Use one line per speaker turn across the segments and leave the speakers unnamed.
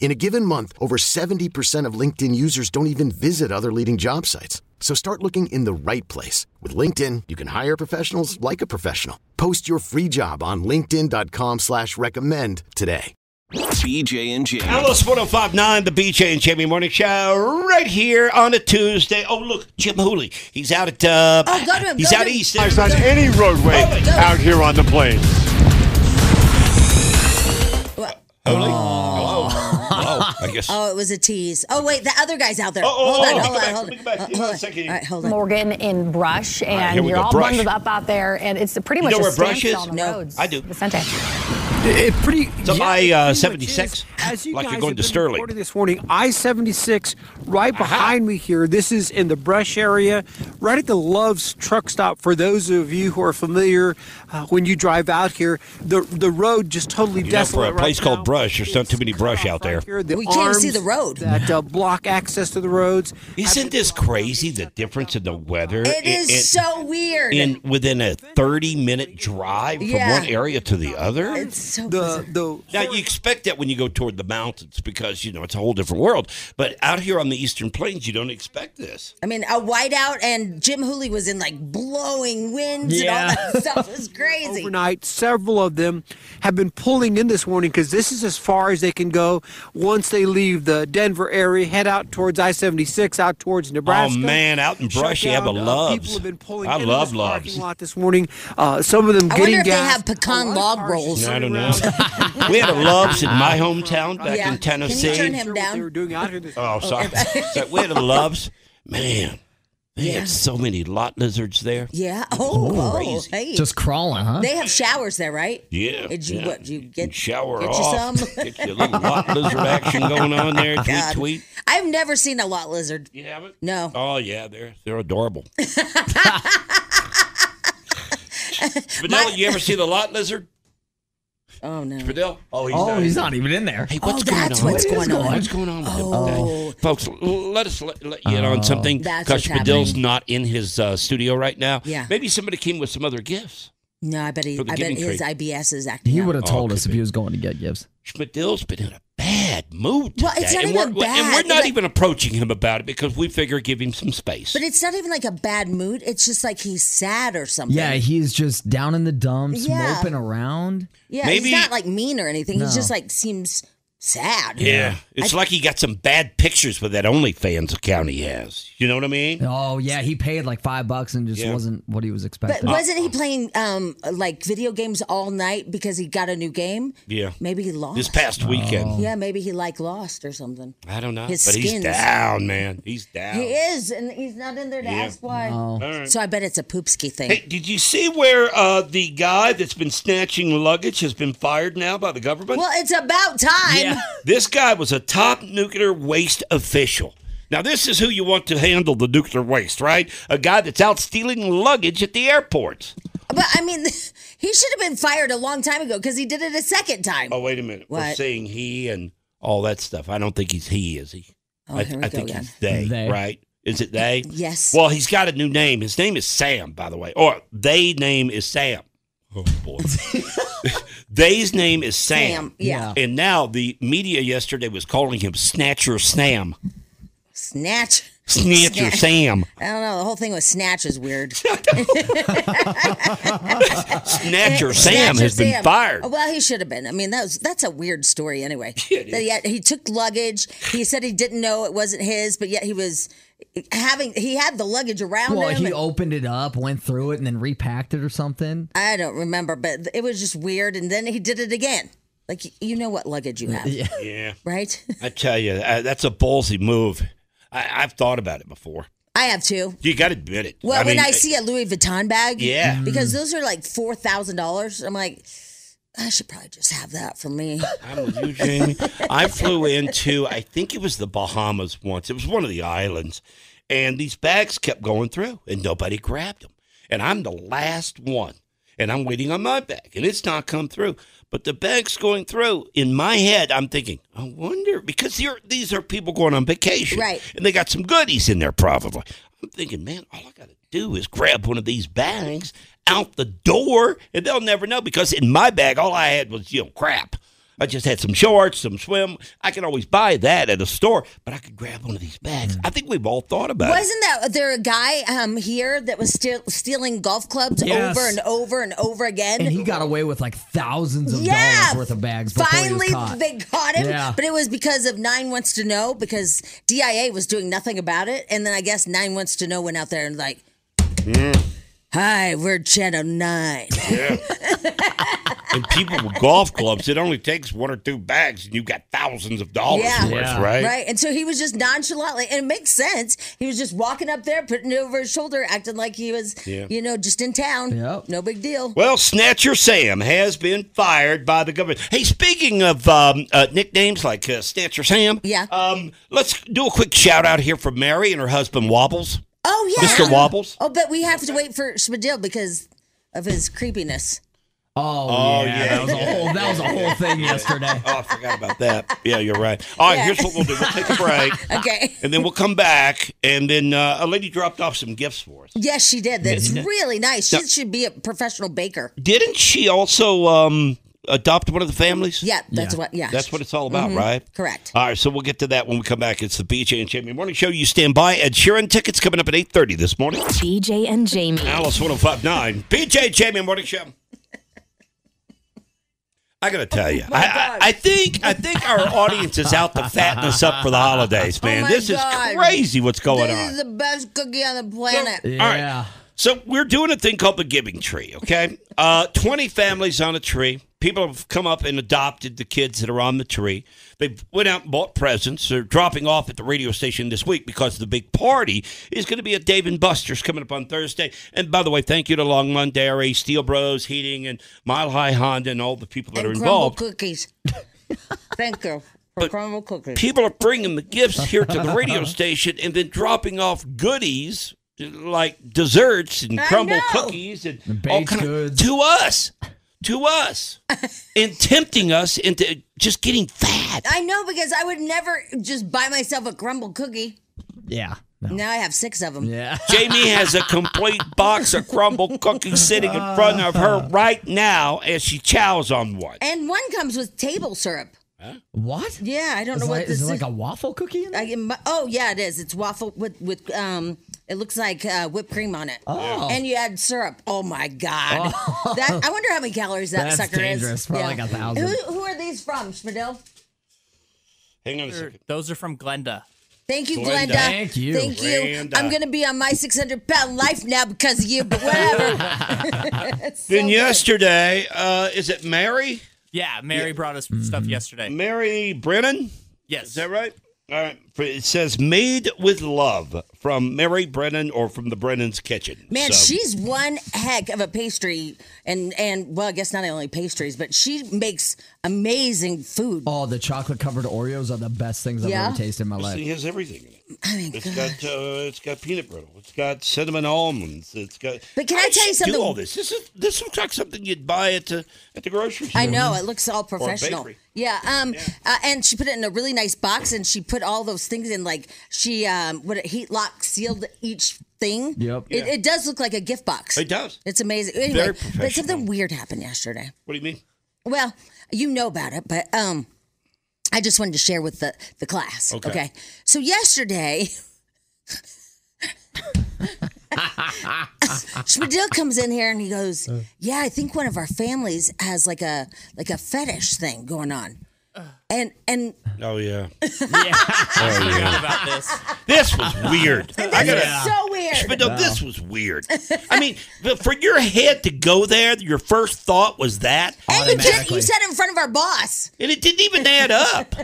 In a given month, over 70% of LinkedIn users don't even visit other leading job sites. So start looking in the right place. With LinkedIn, you can hire professionals like a professional. Post your free job on linkedin.com slash recommend today.
BJ and Jamie.
Alice 1059, the BJ and Jamie Morning Show, right here on a Tuesday. Oh, look, Jim Hooley. He's out at, uh,
Oh, go to him,
he's
go
out
to him.
east.
It's on any roadway out here on the plains.
Hooley. Hello. Hello. I guess.
Oh, it was a tease. Oh, wait, the other guy's out there.
Oh, oh,
hold
oh,
on,
oh,
hold
come
on,
back,
hold
come
on.
back. Give me
Hold
a
on.
second.
All right, hold on.
Morgan in Brush, and
here we
you're
go,
all
Brush.
bundled up out there, and it's pretty
You
much
know
a
where Brush
standstill
is?
on the
No,
roads.
I do.
Vicente.
It pretty.
It's up by,
it
uh,
pretty much
76,
is. As you
like you're
guys
going to
have been
Sterling.
reporting this morning, I seventy six right behind me here. This is in the brush area, right at the Love's truck stop. For those of you who are familiar, uh, when you drive out here, the the road just totally
You know,
desolate.
for a place
right
called
now.
Brush, there's not
It's
too many
cut
brush
off
out
right
there.
here. The
We can't see
arms
the road.
that uh, block access to the roads.
Isn't this crazy, the difference in the weather?
It is so weird.
In within a 30 minute drive from
Yeah.
one area to the other?
it's so
The the
Now you expect that when you go toward the mountains because you know it's a whole different world. But out here on the eastern plains, you don't expect this.
I mean, a whiteout and Jim Hooley was in like blowing winds
Yeah.
and all that stuff. It was crazy.
overnight. Several of them have been pulling in this morning because this is as far as they can go. Once they leave the Denver area, head out towards I 76, out towards Nebraska.
Oh man, out in
Shut
Brush, you have a
down, uh,
loves.
People have been pulling
I
into
love
this
loves.
parking lot this morning. Uh, some of them
I
getting
wonder if they
gas.
have pecan
A lot of
log
cars
rolls.
just
I don't
running
know.
around.
we had a loves in my hometown back
Yeah.
in
Can you
Tennessee.
turn him
Sure what
down?
They were doing out here this
oh, sorry. So we had a loves. Man, they
Yeah.
had so many lot lizards there.
yeah. Oh, oh,
crazy.
hey.
Just crawling, huh?
they have showers there, right?
Yeah.
Did you,
yeah.
What, you get,
shower
get
off.
you some?
Get your little lot lizard action going on there. Tweet,
God.
tweet.
I've never seen a lot lizard.
You have it?
No.
Oh yeah, they're they're adorable. Fidel, you ever see the lot lizard?
Oh, no.
Fidel? Oh, he's
Oh, he's not even in there.
Hey,
Oh, that's
What is
what's going on.
What's going on with him
Oh.
today? Folks, l- let us let, let you in
Oh.
on something.
That's
Because
what's
Fidel's
happening.
not in his uh, studio right now.
Yeah.
Maybe somebody came with some other gifts.
No, I bet, he,
For the
I bet
giving
his
tree.
IBS is acting
He
up.
would have
Oh,
told
could
us if
be.
he was going to get gifts.
Schmidl's been in a bad mood today.
Well, it's not
and,
even
we're, and
bad.
we're not
Like-
even approaching him about it because we figure give him some space.
But it's not even like a bad mood. It's just like he's sad or something.
Yeah, he's just down in the dumps,
Yeah.
moping around.
yeah.
maybe-
he's not like mean or anything. He's
No.
just like seems sad.
Yeah. It's like he got some bad pictures with that OnlyFans account he has. You know what I mean?
Oh yeah, he paid like five bucks and just
Yeah.
wasn't what he was
But
expecting.
wasn't he playing um like video games all night because he got a new game?
Yeah.
Maybe he lost.
This past weekend.
yeah, maybe he like lost or something.
I don't know.
His
but he's
skins.
down, man. He's down.
He is, and he's not in there to
Yeah.
ask why. So I bet it's a poopski thing.
Hey, did you see where uh, the guy that's been snatching luggage has been fired now by the government?
Well, it's about time.
This guy was a top nuclear waste official. Now, this is who you want to handle the nuclear waste, right? A guy that's out stealing luggage at the airports.
But I mean, he should have been fired a long time ago because he did it a second time.
Oh, wait a minute. We're
What?
saying he and all that stuff. I don't think he's he, is he?
Oh,
I,
here we
I
go
think
again.
he's they,
They.
right? Is it they?
Yes.
Well, he's got a new name. His name is Sam, by the way. Or they name is Sam. Oh boy. They's name is Sam.
Sam, yeah.
And now the media yesterday was calling him Snatcher Sam.
Snatch.
Snatcher Sam.
I don't know. The whole thing with snatch is weird.
Snatcher Sam has
Snatcher
been
Eh, Sam.
fired.
Oh, Well, he should have been. I mean, that was that's a weird story anyway. that he, had- he took luggage. He said he didn't know it wasn't his, but yet he was having he had the luggage around
Well,
him.
he
and-
opened it up, went through it, and then repacked it or something.
I don't remember, but it was just weird. And then he did it again. Like you know what luggage you have,
Yeah.
right?
I tell you, uh, that's a ballsy move. I, I've thought about it before.
I have too.
You got to admit it.
Well, when
mean, eh,
I see a Louis Vuitton bag,
Yeah.
because those are like four thousand dollars. I'm like, I should probably just have that for me.
I'm with you, Jamie. I flew into, I think it was the Bahamas once. It was one of the islands. And these bags kept going through and nobody grabbed them. And I'm the last one. And I'm waiting on my bag and it's not come through. But the bag's going through. In my head, I'm thinking, I wonder, because here, these are people going on vacation.
Right.
And they got some goodies in there probably. I'm thinking, man, all I got to do is grab one of these bags out the door and they'll never know because in my bag, all I had was, you know, crap. I just had some shorts, some swim. I can always buy that at a store, but I could grab one of these bags. I think we've all thought about it.
Wasn't that there a guy um here that was still stealing golf clubs
Yes.
over and over and over again?
And he got away with like thousands of
yeah,
dollars worth of bags. Before he was
Finally,
caught.
they caught him,
Yeah.
but it was because of Nine Wants to Know because DIA was doing nothing about it, and then I guess Nine Wants to Know went out there and like,
Hmm.
"Hi, we're Channel Nine.
And people with golf clubs, it only takes one or two bags and you've got thousands of dollars
Yeah.
worth,
Yeah.
right?
Right. And so he was just nonchalantly, and it makes sense. He was just walking up there, putting it over his shoulder, acting like he was,
Yeah.
you know, just in town.
Yep.
No big deal.
Well, Snatcher Sam has been fired by the government. Hey, speaking of um, uh, nicknames like uh, Snatcher Sam,
Yeah.
um, let's do a quick shout out here for Mary and her husband Wobbles,
Oh, yeah.
Mr. Wobbles.
Oh, but we have to wait for Schmidil because of his creepiness.
Oh, yeah, that
yeah,
was a whole that was a whole thing yesterday.
Oh, I forgot about that. Yeah, you're right. All right,
Yeah.
here's what we'll do. We'll take a break,
Ah.
Okay.
and then we'll come back, and then uh, a lady dropped off some gifts for us.
Yes, she did. That's really nice. She should be a professional baker.
Didn't she also um, adopt one of the families?
Yeah, that's what. Yeah,
That's what it's all about, right?
Correct.
All right, so we'll get to that when we come back. It's the BJ and Jamie Morning Show. You stand by. Ed Sheeran tickets coming up at 8.30 this morning.
BJ and Jamie.
Alice 1059. BJ Jamie Morning Show. I gotta tell you, I, I, I think I think our audience is out to fatten us up for the holidays, man.
my
this
God.
is crazy. What's going
this
on?
is the best cookie on the planet.
Yeah.
All right. So we're doing a thing called the Giving Tree, okay? Uh, 20 families on a tree. People have come up and adopted the kids that are on the tree. They went out and bought presents. They're dropping off at the radio station this week because the big party is going to be at Dave and Buster's coming up on Thursday. And by the way, thank you to Longmont Dairy, Steel Bros Heating, and Mile High Honda, and all the people that
and
are
crumble
involved.
cookies. Thank you for crumble cookies.
People are bringing the gifts here to the radio station and then dropping off goodies like desserts and
I
crumble
know.
cookies and,
And
all
baked
kind of-
goods.
to us, to us, and tempting us into just getting fat.
I know because I would never just buy myself a crumble cookie.
Yeah. No.
Now I have six of them.
Yeah.
Jamie has a complete box of crumble cookies sitting in front of her right now as she chows on one.
And one comes with table syrup.
What?
Yeah, I don't
Is,
know what
like,
this
is
is.
it like a waffle cookie in there?
I get my- oh yeah, it is. It's waffle with with um. It looks like uh, whipped cream on it.
Oh.
And you add syrup. Oh my god. That I wonder how many calories that
That's
sucker
dangerous.
is.
Probably like a thousand.
Who, who are these from, Schmidl?
Hang on a second.
Those are from Glenda.
Thank you, Glenda.
Glenda.
Thank you.
Thank you.
Glenda.
I'm gonna be on my 600 pound life now because of you. But whatever.
Then yesterday, uh, is it Mary?
Yeah, Mary brought us stuff yesterday.
Mary Brennan?
Yes.
Is that right? All right. For- It says made with love from Mary Brennan or from the Brennan's kitchen.
Man,
So-
she's one heck of a pastry, and and well, I guess not only pastries, but she makes amazing food.
Oh, the chocolate covered Oreos are the best things I've
Yeah?
ever tasted in my
It
life.
has everything in it.
I mean,
It's
God.
got uh, it's got peanut brittle. It's got cinnamon almonds. It's got.
But can I tell you
should
something?
Do all this. This is this looks like something you'd buy at the at the grocery store.
I know it looks all professional.
bakery.
Yeah. Um. Uh, and she put it in a really nice box, and she put all those things in. Like she um, what a heat lock sealed each thing.
Yep.
It, it does look like a gift box.
It does.
It's amazing. Anyway,
professional.
but something weird happened yesterday.
What do you mean?
Well, you know about it, but um, I just wanted to share with the the class.
Okay.
Okay. So yesterday, Spadil comes in here and he goes, "Yeah, I think one of our families has like a like a fetish thing going on," and and
Oh yeah.
I
Oh,
heard
yeah.
about this.
This was weird. I gotta,
so weird.
But no, this was weird. I mean, but for your head to go there, your first thought was that,
And you, just, you said it in front of our boss.
and it didn't even add up.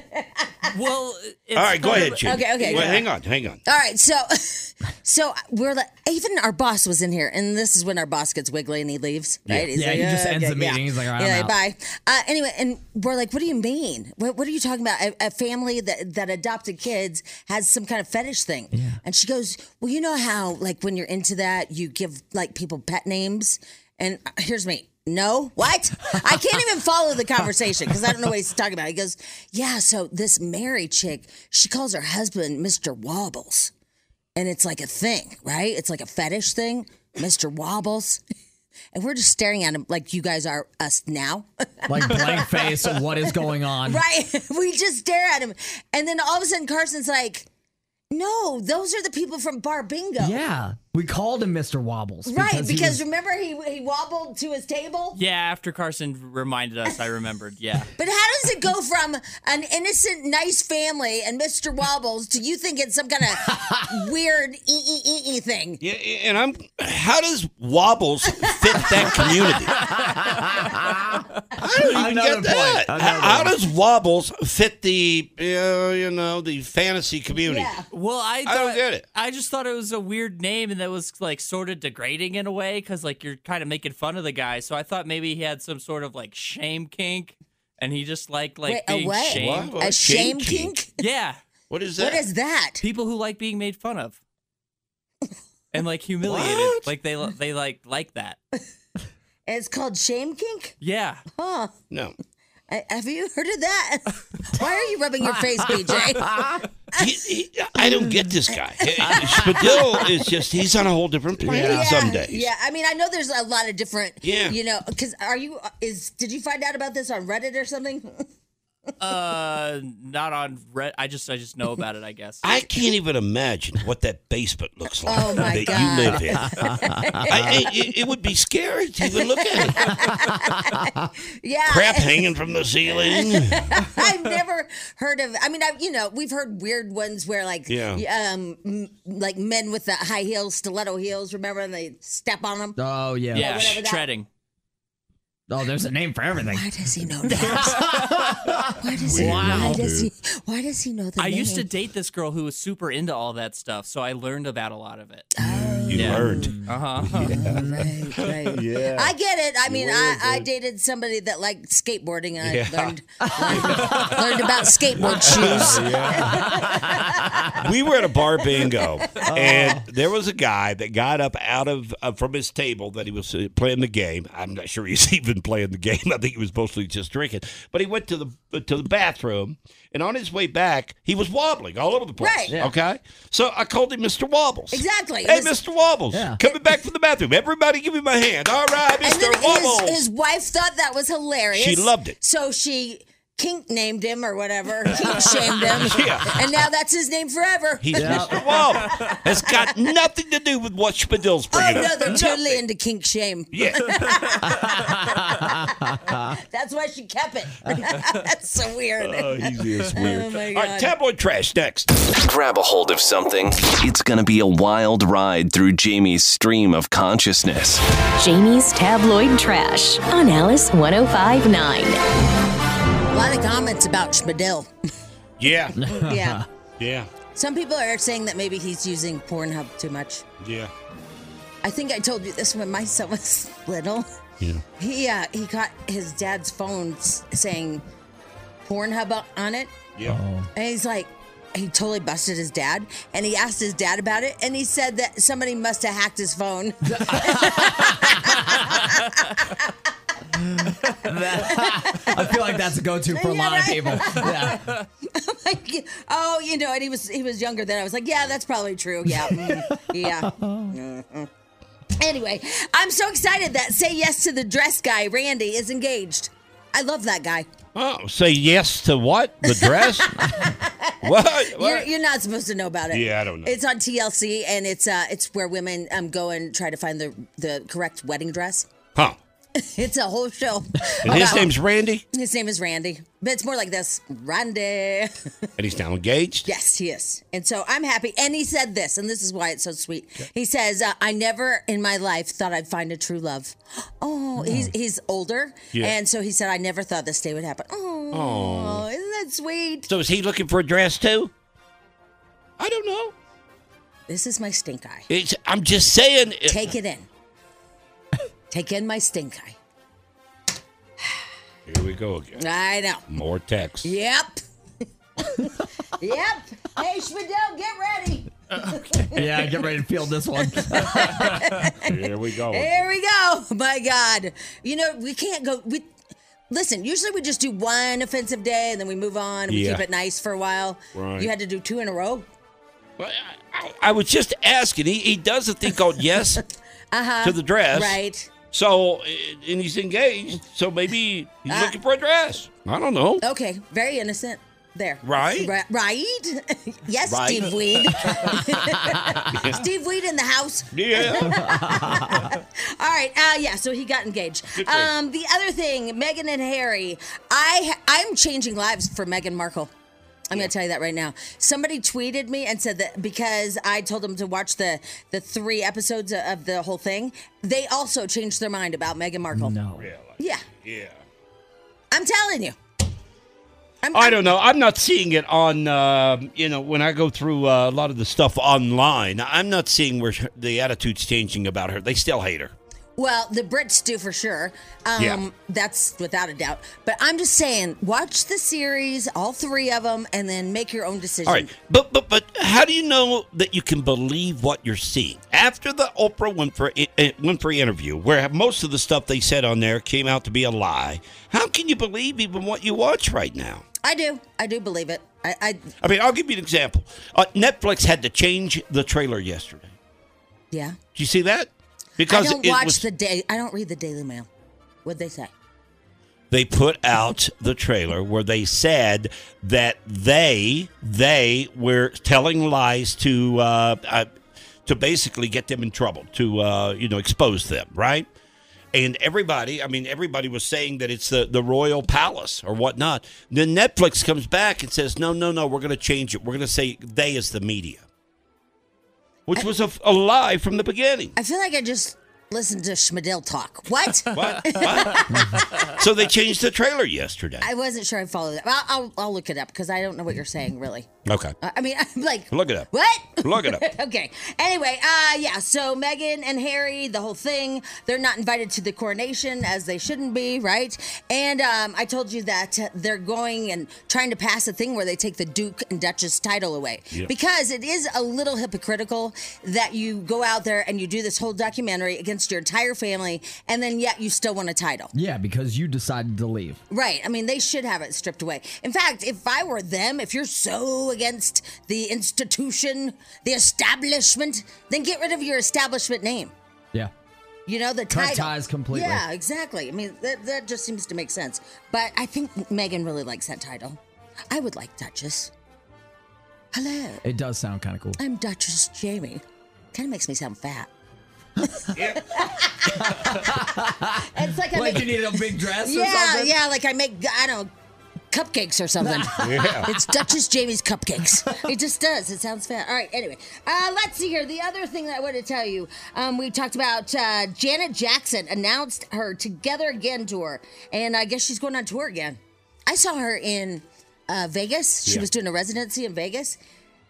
Well, it's
All right, go
kind
ahead,
of-
Jim.
Okay, okay,
Well,
yeah.
hang on, hang on.
All right, so so uh, we're like, even our boss was in here, and this is when our boss gets wiggly and he leaves, right? He's "Uh,
Yeah, he just ends the meeting. He's like, "All right, I'm
Yeah,
out."
bye. Uh, anyway, and we're like, what do you mean? What, what are you talking about? A, a family that, that adopted kids has some kind of fetish thing. And she goes, well, you know how, like, when you're into that, you give, like, people pet names? And uh, here's me. No, what? I can't even follow the conversation because I don't know what he's talking about. He goes, yeah, so this Mary chick, she calls her husband Mr. Wobbles and it's like a thing, right? It's like a fetish thing, Mr. Wobbles. And we're just staring at him like you guys are us now.
Like blank face. What is going on?
right? We just stare at him. And then all of a sudden Carson's like, "No, those are the people from Bar Bingo."
Yeah, we called him Mr. Wobbles.
Right, because,
he was-
remember he he wobbled to his table?
Yeah, after Carson reminded us, I remembered. Yeah.
But how does it go from an innocent, nice family and Mr. Wobbles to you think it's some kind of weird e e e e thing?
Yeah, and I'm. How does Wobbles fit that community? I don't even
Another
get that.
point. Another
How does Wobbles fit the uh, you know the fantasy community?
Yeah.
Well, I
I
thought,
don't get it.
I just thought it was a weird name, and that was like sort of degrading in a way because like you're kind of making fun of the guy. So I thought maybe he had some sort of like shame kink, and he just like like
Wait, a
being
what?
shamed.
What?
A shame kink?
Yeah,
What is that?
What is that?
people who like being made fun of and like humiliated.
What?
Like they they like like that.
It's called shame kink?
Yeah.
Huh.
no.
I- Have you heard of that? Why are you rubbing your face, BJ?
He- he- I don't get this guy. Spadil is just—he's on a whole different planet some days.
Yeah, I mean, I know there's a lot of different.
Yeah.
You know, because are you is did you find out about this on Reddit or something?
Uh, not on red. I just I just know about it. I guess.
I can't even imagine what that basement looks like
Oh, my
that
God.
you live in. I, I, it, it would be scary to even look at it.
Yeah.
Crap hanging from the ceiling.
I've never heard of. I mean, I've you know we've heard weird ones where like
Yeah.
um m- like men with the high heels, stiletto heels. Remember, and they step on them.
Oh yeah.
yeah,
whatever that-
treading.
Oh, there's a name for everything.
Why does he know that? why does he? Why does he? Why does he know the
I used to
name?
date this girl who was super into all that stuff, so I learned about a lot of it.
You
Yeah.
learned.
Uh huh.
Right, right. Yeah. I get it. I mean, I, I dated somebody that liked skateboarding and
Yeah.
I learned, learned, learned about skateboard shoes.
We were at a bar bingo,
Oh.
and there was a guy that got up out of uh, from his table that he was uh, playing the game. I'm not sure he's even playing the game. I think he was mostly just drinking. But he went to the uh, to the bathroom, and on his way back, he was wobbling all over the place.
Right. Yeah.
Okay, so I called him Mr. Wobbles.
Exactly.
Hey,
It was-
Mr. Wobbles,
Yeah.
coming back from the bathroom. Everybody, give me my hand. All right,
And
Mr.
then
Wobbles.
his, his wife thought that was hilarious.
She loved it.
So she kink named him or whatever, kink shamed him.
Yeah.
And now that's his name forever.
He's Mr. Wobbles. It's got nothing to do with what Spadil's
Oh
bringing
no,
up.
they're totally into kink shame.
Yeah.
That's why she kept it. That's so weird.
Oh, he's just weird.
Oh, my
All
God.
right, tabloid trash next.
Grab a hold of something. It's going to be a wild ride through Jamie's stream of consciousness.
Jamie's Tabloid Trash on Alice 1059.
A lot of comments about Schmidl.
Yeah,
Yeah.
yeah,
Some people are saying that maybe he's using Pornhub too much.
yeah.
I think I told you this when my son was little.
Yeah.
He uh, he got his dad's phone s- saying Pornhub o- on it,
Yeah.
and he's like, he totally busted his dad, and he asked his dad about it, and he said that somebody must have hacked his phone.
I feel like that's a go-to for a lot of people. Yeah.
like, oh, you know, and he was he was younger then. I was like, yeah, that's probably true. Yeah, mm, yeah. Mm-mm. Anyway, I'm so excited that Say Yes to the Dress guy, Randy, is engaged. I love that guy.
Oh, say yes to what? The dress? what?
You're,
what?
you're not supposed to know about it.
Yeah, I don't know.
It's on TLC, and it's uh, it's where women um go and try to find the the correct wedding dress.
Huh.
It's a whole show.
And his
about-
name's Randy,
His name is Randy, but it's more like this Randy.
and he's now engaged.
Yes, he is. And so I'm happy. And he said this, and this is why it's so sweet. He says, uh, I never in my life thought I'd find a true love. Oh, he's, he's older.
Yeah.
And so he said, I never thought this day would happen. Oh,
Oh.
isn't that sweet?
So is he looking for a dress too?
I
don't know.
This is my stink eye.
It's, I'm just saying.
Take it in. Take in my stink eye.
Here we go again.
I know.
More text.
Yep. yep. Hey, Schmidel, get ready.
yeah, get ready to field this one.
Here we go.
Here we go. My God. You know, we can't go. We Listen, usually we just do one offensive day and then we move on and we
Yeah.
keep it nice for a while.
Right.
You had to do two in a row.
I was just asking. He, he does a thing called yes
Uh huh.
to the dress.
Right.
So, eh, and he's engaged. So maybe he's
Ah. Oh.
looking for a dress. I don't know.
Okay. Very innocent. There.
Right?
Right. right? yes,
Right.
Steve Weed. Steve Weed in the house.
Yeah.
All right. Uh, yeah. So he got engaged.
Good for you.
Um, the other thing, Meghan and Harry. I I'm changing lives for Meghan Markle. I'm going to tell you that right now. Somebody tweeted me and said that because I told them to watch the the three episodes of- of the whole thing, they also changed their mind about Meghan Markle.
No.
Yeah,
yeah.
I'm telling you. I'm,
I don't know. I'm not seeing it on, uh, you know, when I go through uh, a lot of the stuff online, I'm not seeing where sh- the attitude's changing about her. They still hate her.
Well, the Brits do for sure. Um,
Yeah.
That's without a doubt. But I'm just saying, watch the series, all three of them, and then make your own decision.
All right. But, but, but how do you know that you can believe what you're seeing? After the Oprah Winfrey, eh, Winfrey interview, where most of the stuff they said on there came out to be a lie, how can you believe even what you watch right now?
I do. I do believe it. I, I
I mean, I'll give you an example. Uh, Netflix had to change the trailer yesterday.
yeah.
Did you see that?
I
Because
don't
it
watch
was,
the day. I don't read the Daily Mail. What'd they say?
they put out the trailer where they said that they they were telling lies to uh, uh, to basically get them in trouble to uh, you know expose them right and everybody i mean everybody was saying that it's the, the royal palace or whatnot then netflix comes back and says no no no we're going to change it we're going to say they is the media which was a, a lie from the beginning
I feel like I just listened to Schmidl talk. What?
what? What? so they changed the trailer yesterday
I wasn't sure I followed that. I'll, I'll, I'll look it up because I don't know what you're saying, really.
okay
I I mean, I'm like,
look it up
what?
Look it up.
okay. Anyway, uh, yeah. So Meghan and Harry, the whole thing, they're not invited to the coronation as they shouldn't be, right? And um, I told you that they're going and trying to pass a thing where they take the Duke and Duchess title away
Yeah.
because it is a little hypocritical that you go out there and you do this whole documentary against your entire family, and then yet you still want a title.
Yeah, because you decided to leave.
Right. I mean, they should have it stripped away. In fact, if I were them, if you're so against the institution, the establishment, then get rid of your establishment name.
Yeah.
You know, the
Cut
title.
ties completely.
Yeah, exactly. I mean, that, that just seems to make sense. But I think Megan really likes that title. I would like Duchess. Hello.
It does sound kind of cool.
I'm Duchess Jamie. Kind of makes me sound fat. it's like I
Like
make,
you need a big dress or
yeah,
something?
yeah. Like I make I don't know, cupcakes or something.
Yeah.
It's Duchess Jamie's cupcakes. It just does. It sounds fat. All right. Anyway, uh, let's see here. The other thing that I want to tell you, um, we talked about uh, Janet Jackson announced her Together Again tour, and I guess she's going on tour again. I saw her in uh, Vegas. She
Yeah.
was doing a residency in Vegas,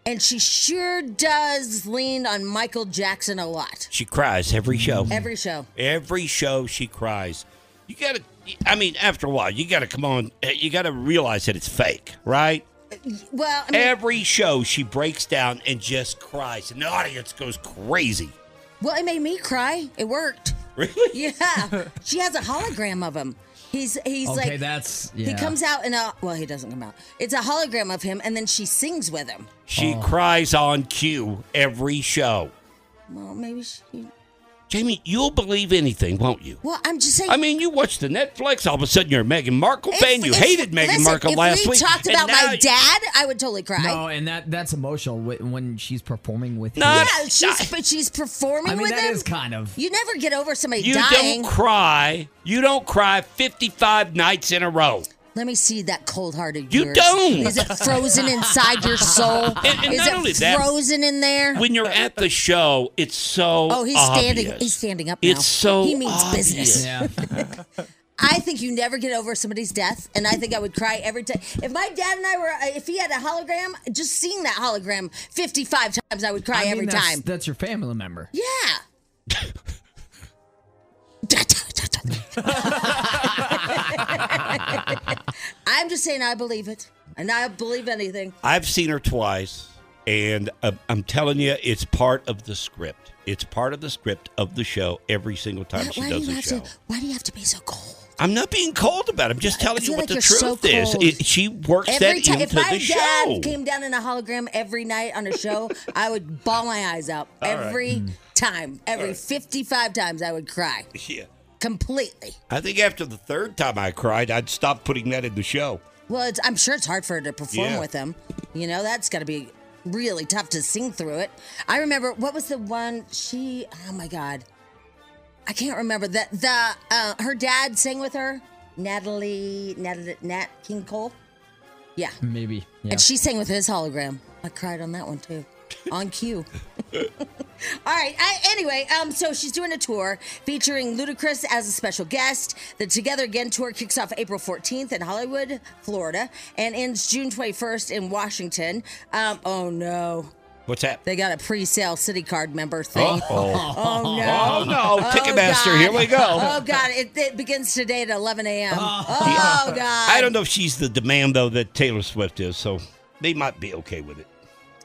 and she sure does lean on Michael Jackson a lot.
She cries every show.
Every show.
Every show she cries. You gotta. I mean, after a while, you gotta come on. eh, You gotta realize that it's fake, right?
Well, I mean,
every show she breaks down and just cries, and the audience goes crazy.
Well, it made me cry. It worked.
Really?
Yeah. she has a hologram of him. He's he's
okay,
like
that's
he
yeah.
comes out in a well, he doesn't come out. It's a hologram of him, and then she sings with him.
She cries on cue every show.
Well, maybe she
Jamie, you'll believe anything, won't you?
Well, I'm just saying.
I mean, you watch the Netflix, all of a sudden you're a Meghan Markle fan. You hated Meghan
listen,
Markle
if
last
we
week.
talked
and
about
now
my dad, I would totally cry.
No, and that that's emotional wh- when she's performing with
yeah,
you.
she's but she's performing
I mean,
with
that
him.
is kind of.
You never get over somebody
You
dying.
don't cry. You don't cry 55 nights in a row.
Let me see that cold heart of
You
yours.
don't.
Is it frozen inside your soul?
And- and
is
not
it
only that,
frozen in there?
When you're at the show, it's so
oh, he's standing.
obvious.
He's standing up now.
It's so
he means
obvious.
business. I think you never get over somebody's death, and I think I would cry every time. If my dad and I were, uh, if he had a hologram, just seeing that hologram fifty-five times, I would cry
I mean,
every
that's,
time.
That's your family member.
Yeah. I'm just saying I believe it, and I believe anything.
I've seen her twice, and uh, I'm telling you, it's part of the script. It's part of the script of the show every single time she
why
does
do you
a
have
show.
to? Why do you have to be so cold?
I'm not being cold about it. I'm just telling
I
you
feel
what
like
the
you're
truth
so
is.
cold.
It, she works
Every
that
time, if
into
my
the
dad
show.
came down in a hologram every night on a show, I would ball my eyes out
All right.
every time. Every
All right.
55 times, I would cry
yeah.
completely.
I think after the third time I cried, I'd stop putting that in the show.
Well, it's, I'm sure it's hard for her to perform
Yeah.
with him. You know, that's got to be really tough to sing through it. I remember what was the one she? Oh my god, I can't remember that. The uh, her dad sang with her, Natalie, Nat, Nat King Cole. Yeah,
Maybe. Yeah.
and she sang with his hologram. I cried on that one too, on cue. All right. I, anyway, um, so she's doing a tour featuring Ludacris as a special guest. The Together Again tour kicks off April 14th in Hollywood, Florida, and ends June 21st in Washington. Um, oh no,
What's that?
they got a pre-sale city card member thing.
Uh-oh. Oh,
Oh no!
no. Ticketmaster,
God.
here we go.
Oh god, it, it begins today at 11 a.m. Oh god.
I don't know if she's the demand though that Taylor Swift is, so they might be okay with it.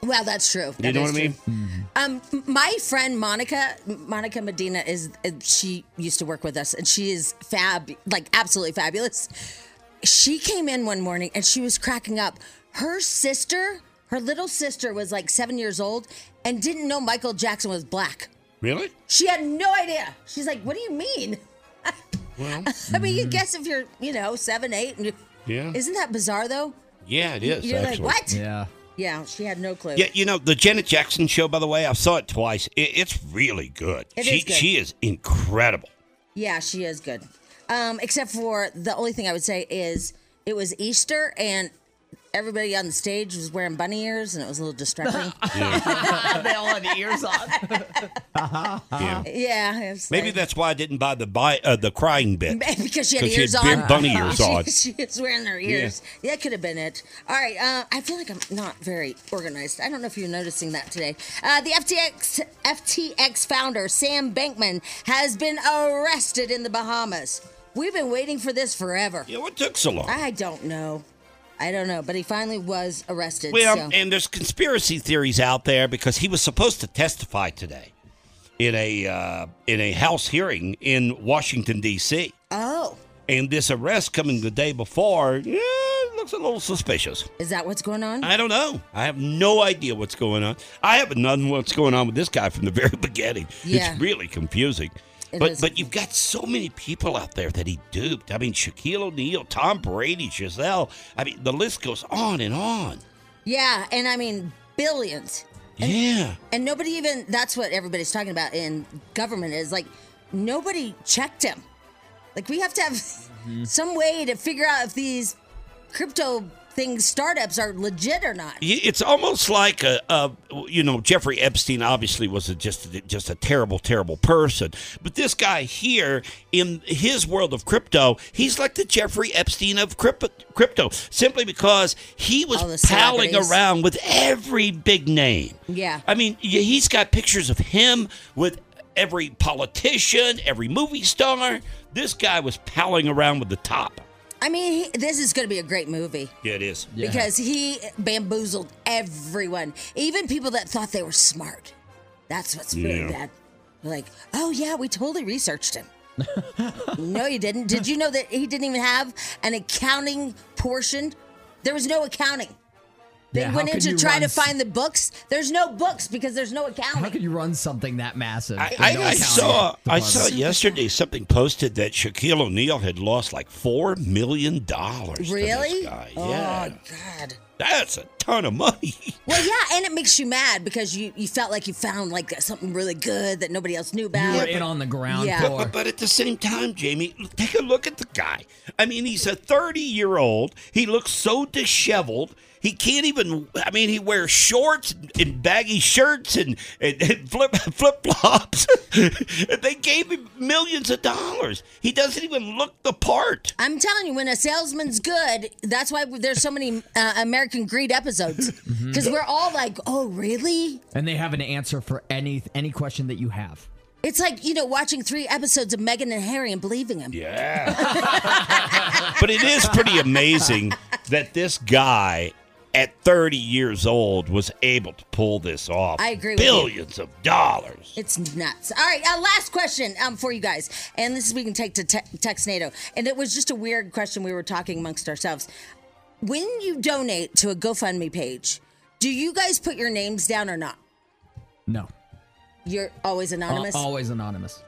Well, that's true.
You
That
know
is
what I
true.
mean?
Um, my friend Monica, Monica Medina is uh, she used to work with us, and she is fab, like absolutely fabulous. She came in one morning and she was cracking up. Her sister, her little sister, was like seven years old and didn't know Michael Jackson was black.
Really?
She had no idea. She's like, "What do you mean?"
Well, mm.
I mean, you guess if you're, you know, seven, eight, and you-
yeah.
isn't that bizarre though?
yeah, it is.
You're like,
actually.
what?
Yeah.
Yeah, she had no clue.
Yeah, you know the Janet Jackson show. By the way, I saw it twice. It, it's really good.
It
she
is good.
she is incredible.
Yeah, she is good. Um, except for the only thing I would say is it was Easter and everybody on the stage was wearing bunny ears and it was a little distracting.
they all had ears on.
Yeah.
yeah, it was
Maybe
like-
that's why I didn't buy the buy uh, the crying bit
because she had
'Cause
ears
big
on.
bunny ears
she,
on.
She was wearing her ears. That could have been it. All right. Uh, I feel like I'm not very organized. I don't know if you're noticing that today. Uh, the FTX FTX founder Sam Bankman has been arrested in the Bahamas. We've been waiting for this forever.
Yeah, what took so long?
I don't know. I don't know, but he finally was arrested.
Well,
so.
and there's conspiracy theories out there because he was supposed to testify today in a uh, in a House hearing in Washington D.C.
oh,
and this arrest coming the day before yeah, looks a little suspicious.
is that what's going on?
I don't know. I have no idea what's going on. I have none what's going on with this guy from the very beginning.
Yeah.
It's really confusing.
It
but
is.
but you've got so many people out there that he duped. I mean, Shaquille O'Neal, Tom Brady, Giselle. I mean, the list goes on and on.
yeah, and I mean billions,
yeah.
and nobody even—that's what everybody's talking about in government is like nobody checked him. Like we have to have some way to figure out if these crypto things startups are legit or not.
Y- It's almost like a, a you know Jeffrey Epstein obviously was a, just just a terrible terrible person, but this guy here in his world of crypto, he's like the Jeffrey Epstein of crypto, crypto simply because he
All the
was palling
celebrities.
around with every big name.
Yeah.
I mean, y- he's got pictures of him with every politician, every movie star. This guy was palling around with the top.
I mean, he, this is going to be a great movie.
Yeah, it is.
Yeah.
because he bamboozled everyone, even people that thought they were smart. That's what's really
Yeah.
bad. They're like, oh yeah, we totally researched him. no, you didn't. Did you know that he didn't even have an accounting portion? There was no accounting. They
Yeah, how
went in
could
to
you
try
run
to
s-
find the books. There's no books because there's no accounting.
How could you run something that massive?
I,
with
I,
no
I
accounting
saw I saw
department?
yesterday something posted that Shaquille O'Neal had lost like four million dollars.
Really?
Yeah.
Oh God.
That's a ton of money.
Well, yeah, and it makes you mad because you, you felt like you found like something really good that nobody else knew about.
You were in on the ground
Yeah.
But,
floor.
but- but at the same time, Jamie, l- take a look at the guy. I mean, he's a 30 year old. He looks so disheveled. He can't even, I mean, he wears shorts and baggy shirts and, and, and flip flip flops. they gave him millions of dollars. He doesn't even look the part.
I'm telling you, when a salesman's good, that's why there's so many uh, American Greed episodes because we're all like, "Oh, really?"
Mm-hmm. and they have an answer for any any question that you have.
It's like you know watching three episodes of Meghan and Harry and believing him.
Yeah. but it is pretty amazing that this guy at 30 years old was able to pull this off.
I agree with you.
Billions of dollars.
It's nuts. All right, uh, last question um, for you guys, and this is we can take to te- Texnado, and it was just a weird question we were talking amongst ourselves. When you donate to a GoFundMe page, do you guys put your names down or not?
No,
You're always
Al-
anonymous.
always anonymous.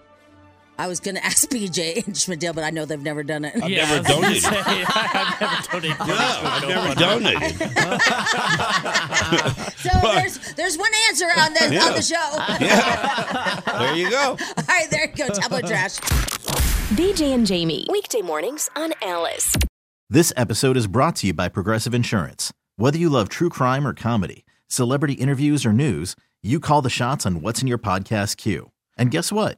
I was gonna ask BJ and Schmidl, but I know they've never done it.
I've never donated. No, I've never donated.
So there's there's one answer on the on the show.
There you go.
All right, there you go. Tablet trash.
BJ and Jamie, weekday mornings on Alice.
This episode is brought to you by Progressive Insurance. Whether you love true crime or comedy, celebrity interviews or news, you call the shots on what's in your podcast queue. And guess what?